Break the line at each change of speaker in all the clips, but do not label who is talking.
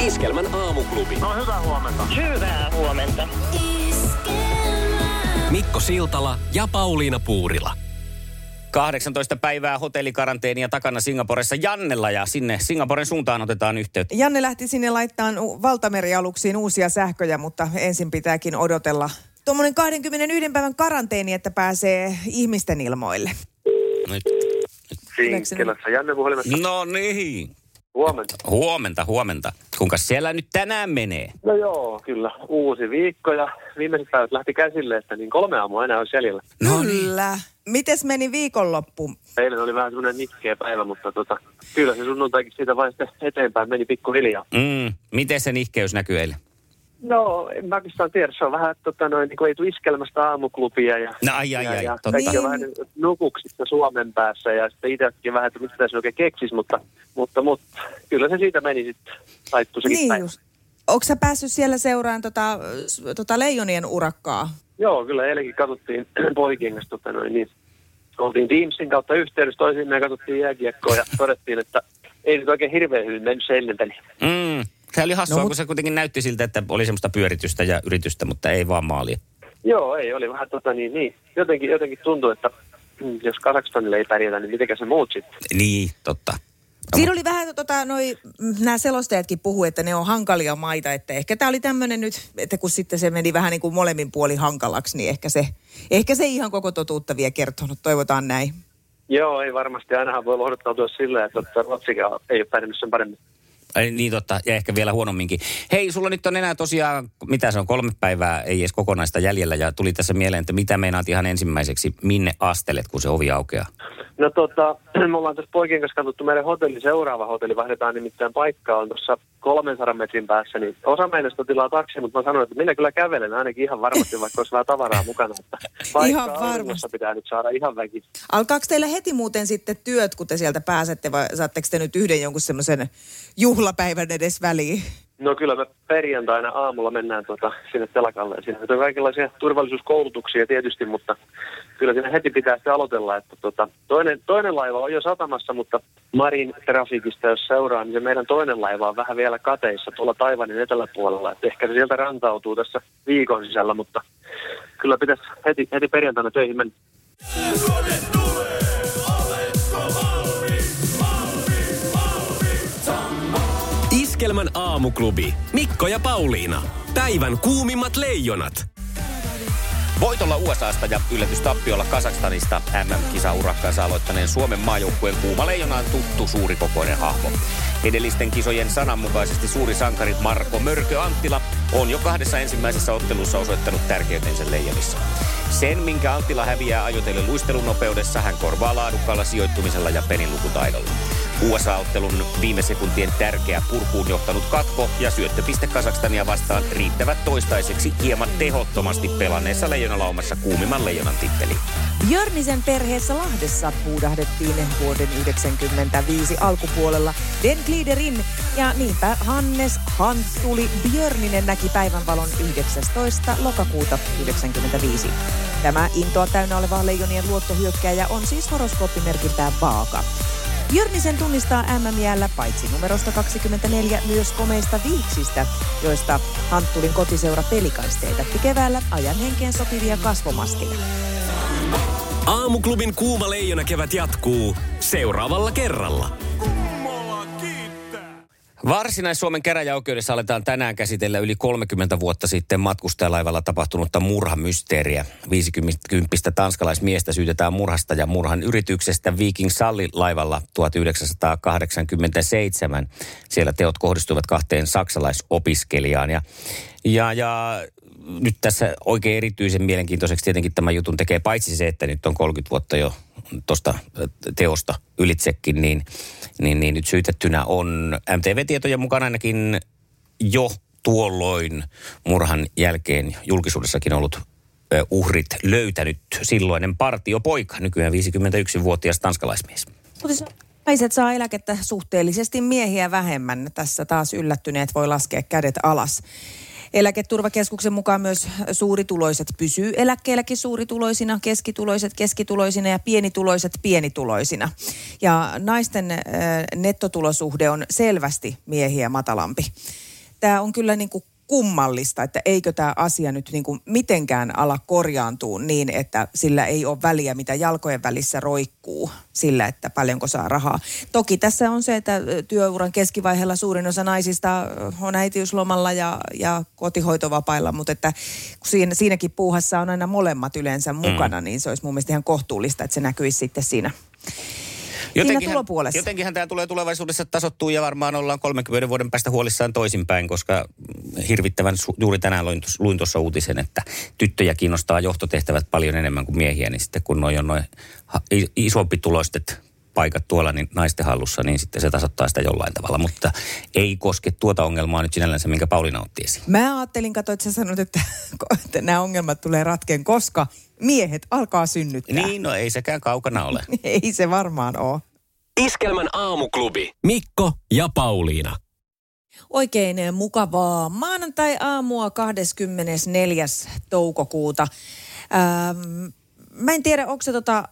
Iskelmän aamuklubi.
No hyvää huomenta.
Hyvää huomenta.
Mikko Siltala ja Pauliina Puurila.
18 päivää hotellikaranteenia takana Singaporessa Jannella ja sinne Singaporen suuntaan otetaan yhteyttä.
Janne lähti sinne laittamaan u- valtamerialuksiin uusia sähköjä, mutta ensin pitääkin odotella tuommoinen 21 päivän karanteeni, että pääsee ihmisten ilmoille.
Nyt.
Sinkkilässä.
Janne puhelimessa.
No niin.
Huomenta.
Huomenta, huomenta. Kuinka siellä nyt tänään menee?
No joo, kyllä. Uusi viikko ja viimeiset päivät lähti käsille, että niin kolme aamua enää on jäljellä.
No niin.
Kyllä. Mites meni viikonloppu?
Eilen oli vähän semmoinen nitkeä päivä, mutta tota, kyllä se sunnuntaikin siitä vain sitten eteenpäin meni pikkuhiljaa.
Mm, miten se nihkeys näkyy eilen?
No, en mä oikeastaan tiedä. Se on vähän, tota, noin, niin kuin ei tule iskelmästä aamuklubia ja,
No ai, ai,
ja,
ai,
ja
totta.
kaikki on
Niin.
vähän niin nukuksissa Suomen päässä ja sitten itsekin vähän, että mitä se oikein keksisi, mutta, mutta, mutta kyllä se siitä meni sitten. Taittu sekin
Niin
päivä.
just. Onko sä päässyt siellä seuraan tota, s- tota leijonien urakkaa?
Joo, kyllä eilenkin katsottiin poikien kanssa, tota noin, niin oltiin Teamsin kautta yhteydessä toisiimme ja katsottiin jääkiekkoa ja todettiin, että ei nyt oikein hirveän hyvin mennyt se niin ennen peli.
Mm. Se oli hassua,
No,
no,
mut-
kun se kuitenkin näytti siltä, että oli semmoista pyöritystä ja yritystä, mutta ei vaan maalia.
Joo, ei, oli vähän tota niin, niin. Jotenkin, jotenkin tuntuu, että mm, jos Kazakstanille ei pärjätä, niin mitenkä se muut sitten?
Niin, totta. No,
Siinä oli vähän, tota, noi, nämä selostajatkin puhu, että ne on hankalia maita, että ehkä tämä oli tämmöinen nyt, että kun sitten se meni vähän niin kuin molemmin puoli hankalaksi, niin ehkä se, ehkä se ei ihan koko totuutta vielä kertonut, toivotaan näin.
Joo, ei varmasti. Ainahan voi lohduttautua sillä, että tota, Ruotsikaan ei ole pärjännyt sen paremmin.
Ai, niin totta, ja ehkä vielä huonomminkin. Hei, sulla nyt on enää tosiaan, mitä se on, kolme päivää ei edes kokonaista jäljellä, ja tuli tässä mieleen, että mitä meinaat ihan ensimmäiseksi, minne astelet, kun se ovi aukeaa?
No tota, me ollaan tässä poikien kanssa katsottu meidän hotelli, seuraava hotelli, vaihdetaan nimittäin paikkaa, on tuossa 300 metrin päässä, niin osa meistä tilaa taksi, mutta mä sanoin, että minä kyllä kävelen ainakin ihan varmasti, vaikka olisi vähän tavaraa mukana, että paikkaa
Ihan varmasti.
Oulussa pitää nyt saada ihan väki.
Alkaako teillä heti muuten sitten työt, kun te sieltä pääsette, vai saatteko te nyt yhden jonkun semmoisen juhlapäivän edes väliin?
No kyllä me perjantaina aamulla mennään tota, sinne telakalle. Ja Siinä nyt on kaikenlaisia turvallisuuskoulutuksia tietysti, mutta kyllä siinä heti pitää sitten aloitella. Että tota, toinen, toinen laiva on jo satamassa, mutta Marin trafikista jos seuraa, niin se meidän toinen laiva on vähän vielä kateissa tuolla Taivanin eteläpuolella. Että ehkä se sieltä rantautuu tässä viikon sisällä, mutta kyllä pitäisi heti, heti perjantaina töihin mennä.
Iskelmän aamuklubi. Mikko ja Pauliina. Päivän kuumimmat leijonat.
Voitolla USAsta ja yllätystappiolla Kasakstanista MM-kisaurakkaansa aloittaneen Suomen maajoukkueen kuuma leijona on tuttu suurikokoinen hahmo. Edellisten kisojen sananmukaisesti suuri sankari Marko Mörkö Anttila on jo kahdessa ensimmäisessä ottelussa osoittanut tärkeytensä leijonissa. Sen, minkä Anttila häviää ajotellen luistelunopeudessa, hän korvaa laadukkaalla sijoittumisella ja pelinlukutaidolla. USA-ottelun viime sekuntien tärkeä purkuun johtanut katko ja syöttöpiste Kasakstania vastaan riittävät toistaiseksi hieman tehottomasti pelanneessa leijonalaumassa kuumimman leijonan titteliin.
Jörnisen perheessä Lahdessa puudahdettiin vuoden 1995 alkupuolella Den Gliederin ja niinpä Hannes Hanttuli Björninen näki päivänvalon 19. lokakuuta 1995. Tämä intoa täynnä oleva leijonien luottohyökkäjä on siis horoskooppimerkintään vaaka. Jörnisen tunnistaa MM-jäällä paitsi numerosta 24 myös komeista viiksistä, joista Hanttulin kotiseura pelikaisteet keväällä ajan henkeen sopivia kasvomaskeja.
Aamuklubin kuuma leijona kevät jatkuu seuraavalla kerralla.
Varsinais-Suomen käräjäoikeudessa aletaan tänään käsitellä yli 30 vuotta sitten matkustajalaivalla tapahtunutta murhamysteeriä. 50 tanskalaismiestä syytetään murhasta ja murhan yrityksestä Viking Salli-laivalla 1987. Siellä teot kohdistuivat kahteen saksalaisopiskelijaan. Ja, ja, ja nyt tässä oikein erityisen mielenkiintoiseksi tietenkin tämän jutun tekee paitsi se, että nyt on 30 vuotta jo tuosta teosta ylitsekin, niin, niin, niin nyt syytettynä on MTV-tietojen mukaan ainakin jo tuolloin murhan jälkeen julkisuudessakin ollut ö, uhrit löytänyt silloinen partiopoika, nykyään 51-vuotias tanskalaismies.
Mutta siis naiset saa eläkettä suhteellisesti miehiä vähemmän. Tässä taas yllättyneet voi laskea kädet alas. Eläketurvakeskuksen mukaan myös suurituloiset pysyy eläkkeelläkin suurituloisina, keskituloiset keskituloisina ja pienituloiset pienituloisina. Ja naisten äh, nettotulosuhde on selvästi miehiä matalampi. Tämä on kyllä niin kuin kummallista, että eikö tämä asia nyt niin kuin mitenkään ala korjaantuu niin, että sillä ei ole väliä, mitä jalkojen välissä roikkuu sillä, että paljonko saa rahaa. Toki tässä on se, että työuran keskivaiheella suurin osa naisista on äitiyslomalla ja, ja kotihoitovapailla, mutta että kun siinä, siinäkin puuhassa on aina molemmat yleensä mukana, mm. niin se olisi mun mielestä ihan kohtuullista, että se näkyisi sitten siinä tulopuolessa.
jotenkinhän tämä tulee tulevaisuudessa tasottuu ja varmaan ollaan 30 vuoden päästä huolissaan toisinpäin, koska hirvittävän su- juuri tänään luin, tuossa- luin tuossa uutisen, että tyttöjä kiinnostaa johtotehtävät paljon enemmän kuin miehiä, niin sitten kun noi on noin isompituloiset paikat tuolla niin naisten hallussa, niin sitten se tasoittaa sitä jollain tavalla. Mutta ei koske tuota ongelmaa nyt sinällänsä, minkä Pauliina otti esiin.
Mä ajattelin, kato, että sä sanoit, että, että nämä ongelmat tulee ratkeen, koska miehet alkaa synnyttää.
Niin, no ei sekään kaukana ole.
Ei se varmaan ole.
Iskelmän aamuklubi. Mikko ja Pauliina.
Oikein mukavaa maanantai-aamua 24. toukokuuta. Ähm, mä en tiedä, onko se tota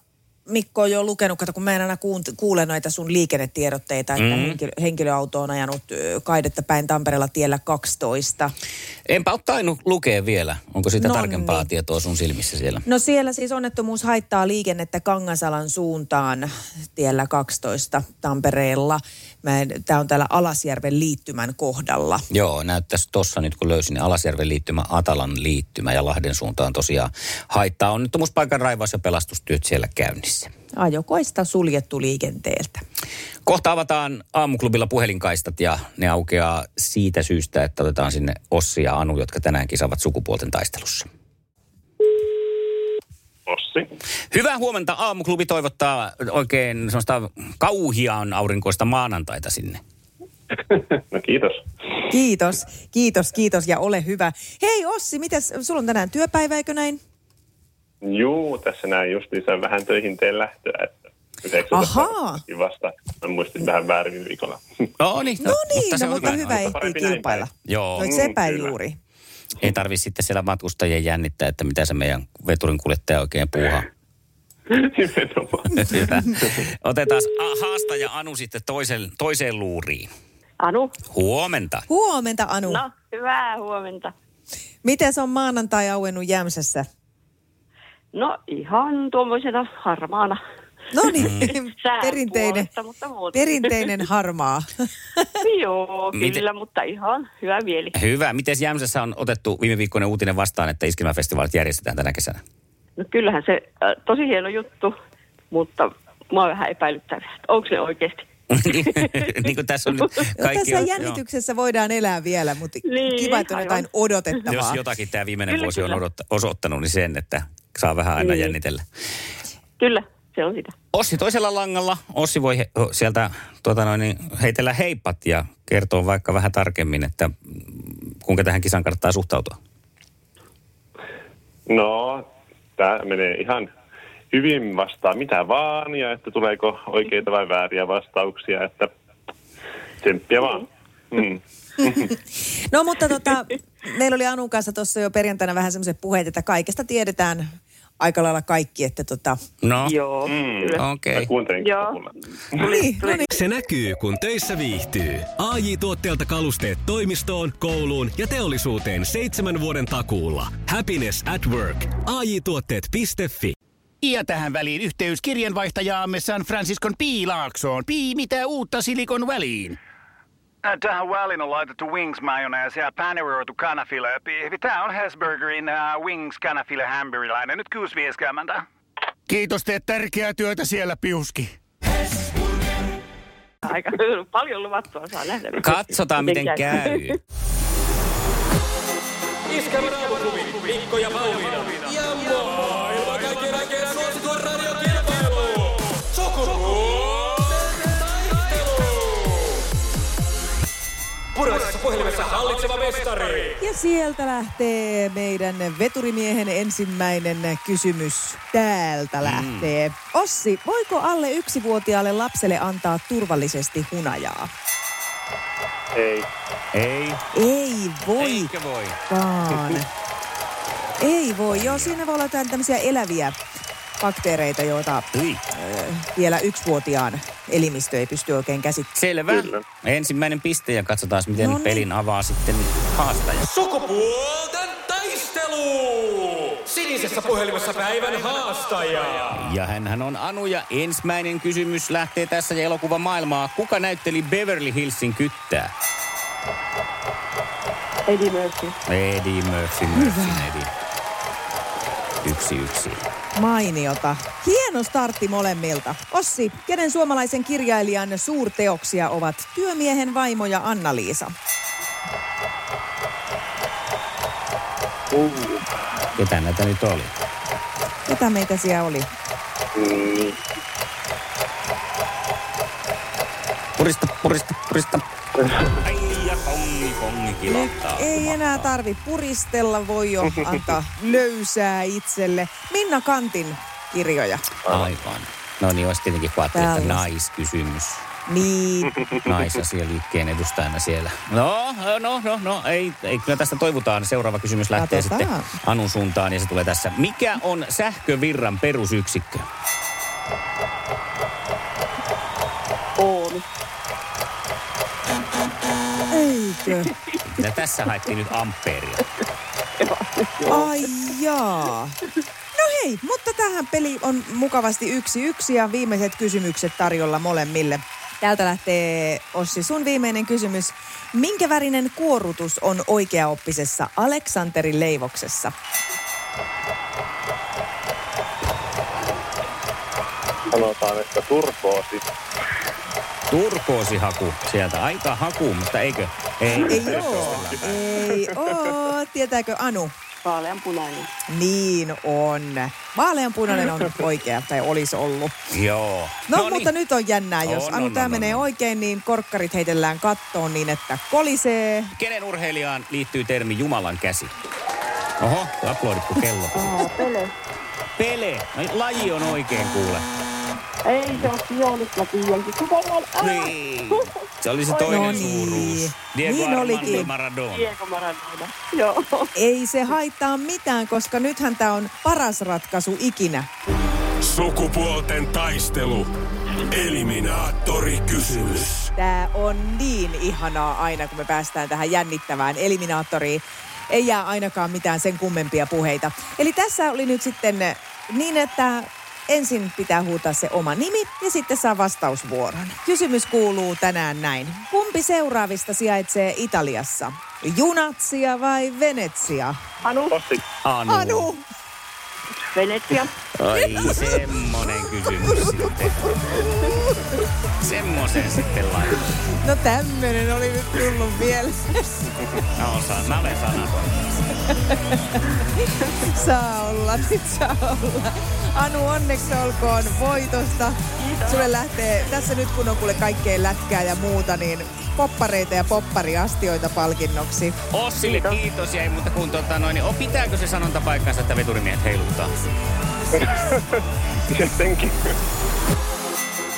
Mikko jo lukenut, kato, kun mä en aina kuunt- kuule noita sun liikennetiedotteita, että mm. henkilö, henkilöauto on ajanut ö, kaidetta päin Tampereella tiellä 12.
Enpä ole tainnut lukea vielä. Onko sitä
No
tarkempaa
niin.
tietoa sun silmissä siellä?
No siellä siis onnettomuus haittaa liikennettä Kangasalan suuntaan tiellä 12 Tampereella. Tämä on täällä Alasjärven liittymän kohdalla.
Joo, näyttäisi tuossa nyt kun löysin niin Alasjärven liittymä, Atalan liittymä ja Lahden suuntaan tosiaan haittaa onnettomuuspaikan raivaus- ja pelastustyöt siellä käynnissä.
Ajokoista suljettu liikenteeltä.
Kohta avataan aamuklubilla puhelinkaistat ja ne aukeaa siitä syystä, että otetaan sinne Ossi ja Anu, jotka tänään kisaavat sukupuolten taistelussa.
Ossi.
Hyvää huomenta. Aamuklubi toivottaa oikein semmoista kauhiaan aurinkoista maanantaita sinne.
No kiitos.
Kiitos, kiitos, kiitos ja ole hyvä. Hei Ossi, mitäs, sulla on tänään työpäivä, eikö näin?
Juu, tässä näin just lisää vähän töihin teen lähtöä, että yhdeksältä
Ahaa.
vasta. Mä muistin vähän väärin viime viikolla.
No niin,
No niin,
se
no,
on
mutta hyvä ehtii
Parempi näin
kilpailla.
päin.
Joo.
No, eikö
Mm,
sepä
kyllä.
juuri?
Ei tarvi sitten siellä matkustajien jännittää, että mitä se meidän veturin kuljettaja oikein puuhaa.
Nimenomaan.
Hyvä. Otetaan a- haastaja Anu sitten toisen, toiseen luuriin.
Anu?
Huomenta.
Huomenta Anu. No.
No, hyvää huomenta.
Miten se on maanantai auennut Jämsässä?
No ihan tuommoisena harmaana.
No niin,
Sään
perinteinen,
puolesta, mutta muuten.
perinteinen harmaa.
Joo, kyllä,
Miten-
mutta ihan hyvä mieli.
Hyvä. Miten Jämsässä on otettu viime viikkoinen uutinen vastaan, että iskelmäfestivaalit järjestetään tänä kesänä?
No kyllähän se äh, tosi hieno juttu, mutta mua vähän epäilyttää, että onko se oikeasti.
niin kuin tässä on nyt
No,
kaikki...
tässä
on-
jännityksessä voidaan elää vielä, mutta
Niin,
kiva, että on jotain
aivan.
joo. Jos
odotettavaa.
jotakin tämä viimeinen
Kyllä,
vuosi on
kyllä.
odot- osoittanut, niin sen, että saa vähän aina
Niin.
jännitellä.
Kyllä, se on sitä.
Ossi toisella langalla. Ossi voi he, o, sieltä tuota noin, niin heitellä heippat ja kertoa vaikka vähän tarkemmin, että mm, kuinka tähän kisan kannattaa suhtautua.
No, tämä menee ihan hyvin vastaan mitä vaan ja että tuleeko oikeita vai vääriä vastauksia, että tsemppiä vaan. Mm.
No mutta tota, meillä oli Anun kanssa tuossa jo perjantaina vähän semmoiset puheet, että kaikesta tiedetään aika lailla kaikki, että tota...
No,
Joo, kyllä.
okei.
Mä kuuntelin
Joo.
kuulla.
Niin, no niin.
Se näkyy, kun töissä viihtyy. ai tuotteelta kalusteet toimistoon, kouluun ja teollisuuteen seitsemän vuoden takuulla. Happiness at work. ai tuotteetfi
Ja tähän väliin yhteys kirjanvaihtajaamme San Franciscon P. Laaksoon. P. Mitä uutta Silikon väliin?
Ä, Äh, Tähän väliin on laitettu wings mayonnaise ja paneroitu kanafila. Tämä on Hesburgerin äh, wings kanafila hamburilainen. Nyt kuusi vieskäämäntä.
Kiitos, teet tärkeää työtä siellä, Piuski.
Aika paljon luvattua saa nähdä. miten-
Katsotaan, miten käy.
omassa puhelimessa hallitseva mestari.
Ja sieltä lähtee meidän veturimiehen ensimmäinen kysymys.
Mm.
Täältä lähtee. Ossi, voiko alle yksivuotiaalle lapselle antaa turvallisesti hunajaa?
Ei.
Ei.
Ei voi
Eikö voi?
vaan. Ei voi. Joo, siinä voi olla jotain tämmöisiä eläviä bakteereita, joita äh,
Hyi.
vielä yksivuotiaan elimistö ei pysty oikein käsittämään.
Selvä.
Kyllä.
Ensimmäinen piste ja katsotaan miten
No niin.
pelin avaa sitten haastaja.
Sukupuolten taistelu! Sinisessä puhelimessa päivän haastaja.
Ja hänhän on Anu ja ensimmäinen kysymys lähtee tässä ja elokuva maailmaa. Kuka näytteli Beverly Hillsin kyttää?
Eddie Murphy.
Eddie Murphy, Murphy, Eddie. Yksi yksi.
Mainiota. Hieno startti molemmilta. Ossi, kenen suomalaisen kirjailijan suurteoksia ovat Työmiehen vaimo ja Anna-Liisa?
Ketä näitä nyt oli?
Ketä meitä siellä oli?
Mm,
Purista, purista, purista. Ai ja kongi, kongi
Nyt
kilahtaa.
ei enää tarvi puristella, voi jo antaa löysää itselle. Minna Kantin kirjoja.
Aivan. No niin, olisi tietenkin kun ajattelin, että
Tällaista.
naiskysymys.
Niin,
Naisasialiikkeen edustajana siellä. No, no, no, no, ei, ei kyllä tästä toivotaan. Seuraava kysymys lähtee
Katsotaan.
sitten Anun suuntaan ja se tulee tässä. Mikä on sähkövirran perusyksikkö?
Oomi.
eikö?
Ja tässä haettiin nyt ampeeria.
Ai jaa. No hei, mutta tähän peli on mukavasti yksi yksi ja viimeiset kysymykset tarjolla molemmille. Täältä lähtee Ossi sun viimeinen kysymys. Minkä värinen kuorutus on oikeaoppisessa Aleksanterin leivoksessa?
sanotaan, että turkoosi.
Turkoosihaku sieltä. Aika haku, mutta eikö? Ei.
Ei oo, ei oo. Tietääkö Anu?
Vaaleanpunainen.
Niin on. Vaaleanpunainen on oikea, tai olisi ollut.
Joo. niin.
No,
Noniin.
mutta nyt on jännää, jos
On,
Anu
on,
tämä
on,
menee
on.
oikein, niin korkkarit heitellään kattoon niin, että kolisee.
Kenen urheilijaan liittyy termi Jumalan käsi? Oho, aplodit kuin kello.
Aa, Pele.
Pele. No, laji on oikein kuule.
Ei se ole Joonit, mä tiedänkin. Kuka on? Aa,
Niin. Se oli se toinen
No niin.
suuruus. Diego
Niin
Armando
olikin.
Maradona.
Diego Maradona. Joo.
Ei se haittaa mitään, koska nythän tämä on paras ratkaisu ikinä.
Sukupuolten taistelu. Eliminaattori kysymys.
Tämä on niin ihanaa aina, kun me päästään tähän jännittävään eliminaattoriin. Ei jää ainakaan mitään sen kummempia puheita. Eli tässä oli nyt sitten niin, että ensin pitää huutaa se oma nimi ja sitten saa vastausvuoron. Kysymys kuuluu tänään näin. Kumpi seuraavista sijaitsee Italiassa? Junatsia vai Venetsia?
Anu,
Ossi,
Anu.
Anu!
Venetsia.
Ai semmonen kysymys sitten. Semmoisen sitten laitoin.
No tämmönen oli nyt tullut vielä.
Mä, osaan, mä olen sanaton.
Saa olla, saa olla. Anu, onneksi olkoon voitosta. Sulle lähtee, tässä nyt kun on kuule kaikkea lätkää ja muuta, niin poppareita ja poppariastioita palkinnoksi.
Ossille kiitos. kiitos ja ei muuta kuin tota noin, niin, o, pitääkö se sanonta paikkansa, että veturimiehet heiluttaa?
tietenkin.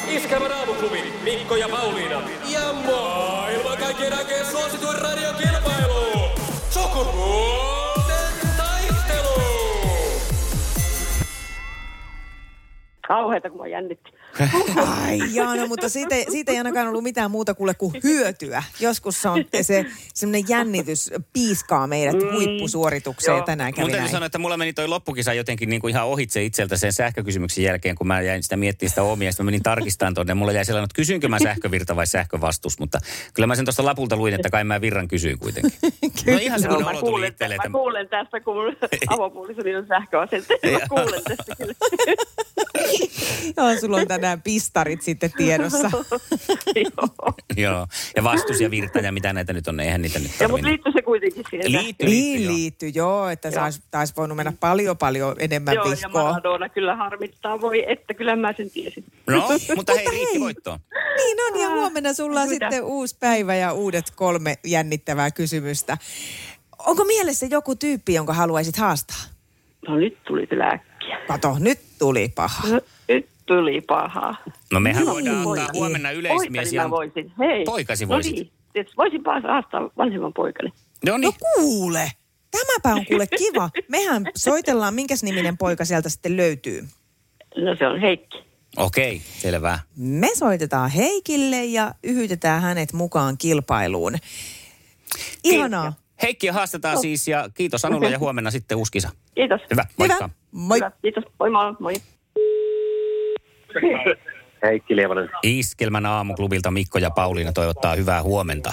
Iskävä raamuklubi, Mikko ja Pauliina. Ja maailman kaikkien aikeen suosituen radiokilpailu. Sukupuolten taistelu.
Kauheeta, kun mä jännitti.
Ai Jaana, no, mutta siitä, siitä ei ainakaan ollut mitään muuta kuule kuin hyötyä. Joskus se on se semmoinen jännitys piiskaa meidät huippusuoritukseen ja tänään kävi
Mun täytyy
näin.
sanoa, että mulla meni toi loppukisa jotenkin niin kuin ihan ohitse itseltä sen sähkökysymyksen jälkeen, kun mä jäin sitä miettimään sitä omia. ja Sitten mä menin tarkistamaan tuonne. Mulla jäi sellainen, että kysynkö mä sähkövirta vai sähkövastus, mutta kyllä mä sen tuosta lapulta luin, että kai mä virran kysyin kuitenkin. No ihan
Joo,
semmoinen
mä
olo tuli
kuulen,
itselle,
mä
että
niin kuulen tästä, kun avopuolisoni on sähköasenteessa. Mä kuulen tästä kyllä.
Joo, sulla on tänään pistarit sitten tiedossa.
Joo.
Joo. Ja vastus ja virta ja mitä näitä nyt on, eihän niitä nyt
Ja mut
tarvinnut.
liittyy se kuitenkin siihen.
Liitty, liitty,
Niin
joo.
liittyy, joo, että se olisi, taisi voinut mennä paljon paljon enemmän
Joo, ja
vihkoon.
Maradona kyllä harmittaa, voi että, kyllä mä sen tiesin.
No, mutta hei, Riikki voittoon.
Niin on, ja huomenna sulla on
Mitä?
sitten uusi päivä ja uudet kolme jännittävää kysymystä. Onko mielessä joku tyyppi, jonka haluaisit haastaa?
No nyt tuli kyllä äkkiä.
Kato, nyt tuli paha.
No, Nyt tuli pahaa.
No mehän
Niin.
voidaan antaa
Poikani.
huomenna yleismies.
Poikani mä voisin, hei.
Poikasi voisit.
No niin, tietysti voisin paas haastaa vanhemman poikani.
No
No
niin,
kuule, tämäpä on kuule kiva. Mehän soitellaan, minkäs niminen poika sieltä sitten löytyy.
No se on Heikki.
okei, selvä.
Me soitetaan Heikille ja yhytetään hänet mukaan kilpailuun. Ihanaa.
Heikkiä haastetaan siis ja kiitos Anulla ja huomenna sitten uusi kisa.
Kiitos.
Hyvä, moikka.
Hyvä. Moi.
Hyvä. Kiitos, moi moi. moi.
Heikki Lievonen,
Iskelmän aamuklubilta Mikko ja Pauliina toivottaa hyvää huomenta.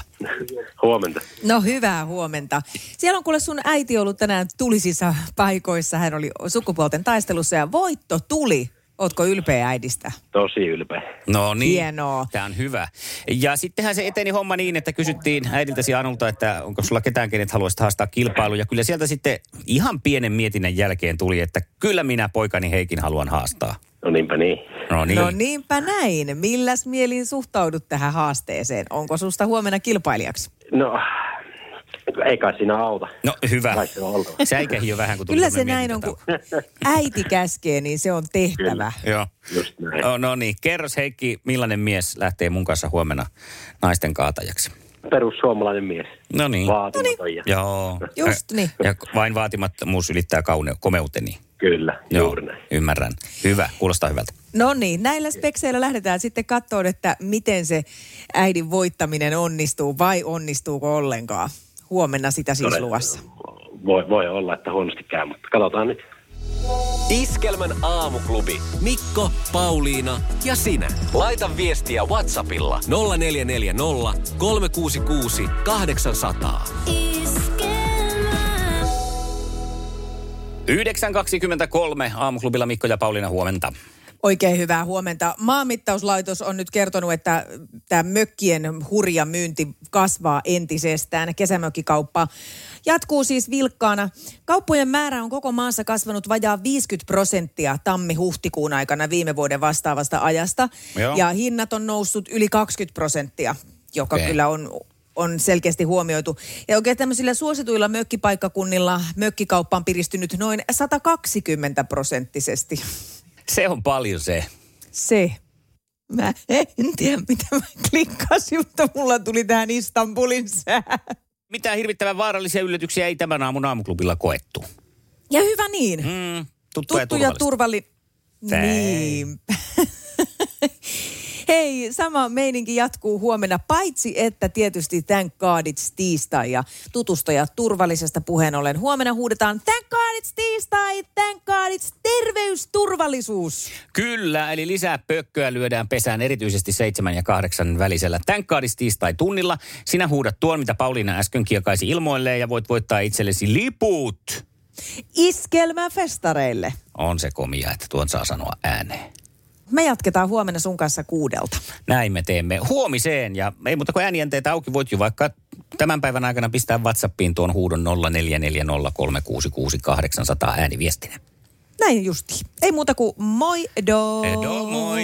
huomenta.
No hyvää huomenta. Siellä on kuule sun äiti ollut tänään tulisissa paikoissa. Hän oli sukupuolten taistelussa ja voitto tuli. Ootko ylpeä äidistä?
Tosi ylpeä.
No niin.
Hienoa.
Tämä on hyvä. Ja sittenhän se eteni homma niin, että kysyttiin äidiltäsi Anulta, että onko sulla ketään, kenet haluaisit haastaa kilpailuun. Ja kyllä sieltä sitten ihan pienen mietinnän jälkeen tuli, että kyllä minä poikani Heikin haluan haastaa.
No niinpä niin.
No niin.
No niinpä näin. Milläs mielin suhtaudut tähän haasteeseen? Onko susta huomenna kilpailijaksi?
No, ei kai siinä auta.
No hyvä.
Kai se on oltava.
Säikähi jo vähän, kun tuli
Kyllä se
tämmöinen
näin on, kun
mietintätauko.
äiti käskee, niin se on tehtävä.
Joo.
Just näin.
Oh, no niin, kerros Heikki, millainen mies lähtee mun kanssa huomenna naisten kaatajaksi?
Perussuomalainen mies.
No niin.
Vaatimaton ja...
Joo.
Just niin.
Ja vain vaatimattomuus ylittää kaune- komeuteni.
Kyllä, juuri näin.
ymmärrän. Hyvä, kuulostaa hyvältä.
No niin, näillä spekseillä lähdetään sitten katsomaan, että miten se äidin voittaminen onnistuu vai onnistuuko ollenkaan. Huomenna sitä siis luvassa.
Voi, voi olla, että huonosti käy, mutta katsotaan nyt.
Iskelmän aamuklubi.
Mikko, Pauliina ja sinä.
Laita viestiä Whatsappilla.
0440 366 800.
9.23 aamuklubilla Mikko ja Pauliina huomenta.
Oikein hyvää huomenta. Maanmittauslaitos on nyt kertonut, että tämä mökkien hurja myynti kasvaa entisestään. Kesämökkikauppa jatkuu siis vilkkaana. Kauppojen määrä on koko maassa kasvanut vajaa 50 prosenttia tammi-huhtikuun aikana viime vuoden vastaavasta ajasta.
Joo.
Ja hinnat on noussut yli 20 prosenttia, joka
Okei.
kyllä on on selkeästi huomioitu. Ja oikein tämmöisillä suosituilla mökkipaikkakunnilla mökkikauppa on piristynyt noin 120 prosenttisesti.
Se on paljon se.
Se. Mä en tiedä, mitä mä klikkasin, mutta mulla tuli tähän Istanbulin sää.
Mitään hirvittävän vaarallisia yllätyksiä ei tämän aamun aamuklubilla koettu.
Ja hyvä niin.
Mm, tuttu,
Tuttu ja
turvallista.
turvallinen.
Tää.
Niinpä. Hei, sama meininki jatkuu huomenna, paitsi että tietysti thank God it's tiistai ja tutustuja turvallisesta puheen ollen. Huomenna huudetaan thank God it's tiistai, thank God it's terveysturvallisuus.
Kyllä, eli lisää pökköä lyödään pesään erityisesti 7 ja 8 välisellä tänkkaadis tiistai tunnilla. Sinä huudat tuon, mitä Pauliina äsken kiekaisi ilmoilleen ja voit voittaa itsellesi liput.
Iskelmää festareille.
On se komia, että tuon saa sanoa ääneen.
Me jatketaan huomenna sun kanssa kuudelta.
Näin me teemme huomiseen ja ei muuta kuin äänijänteitä auki voit jo vaikka tämän päivän aikana pistää WhatsAppiin tuon huudon 0440366800 ääniviestinä.
Näin justi. Ei muuta kuin moi do.
Edo, moi.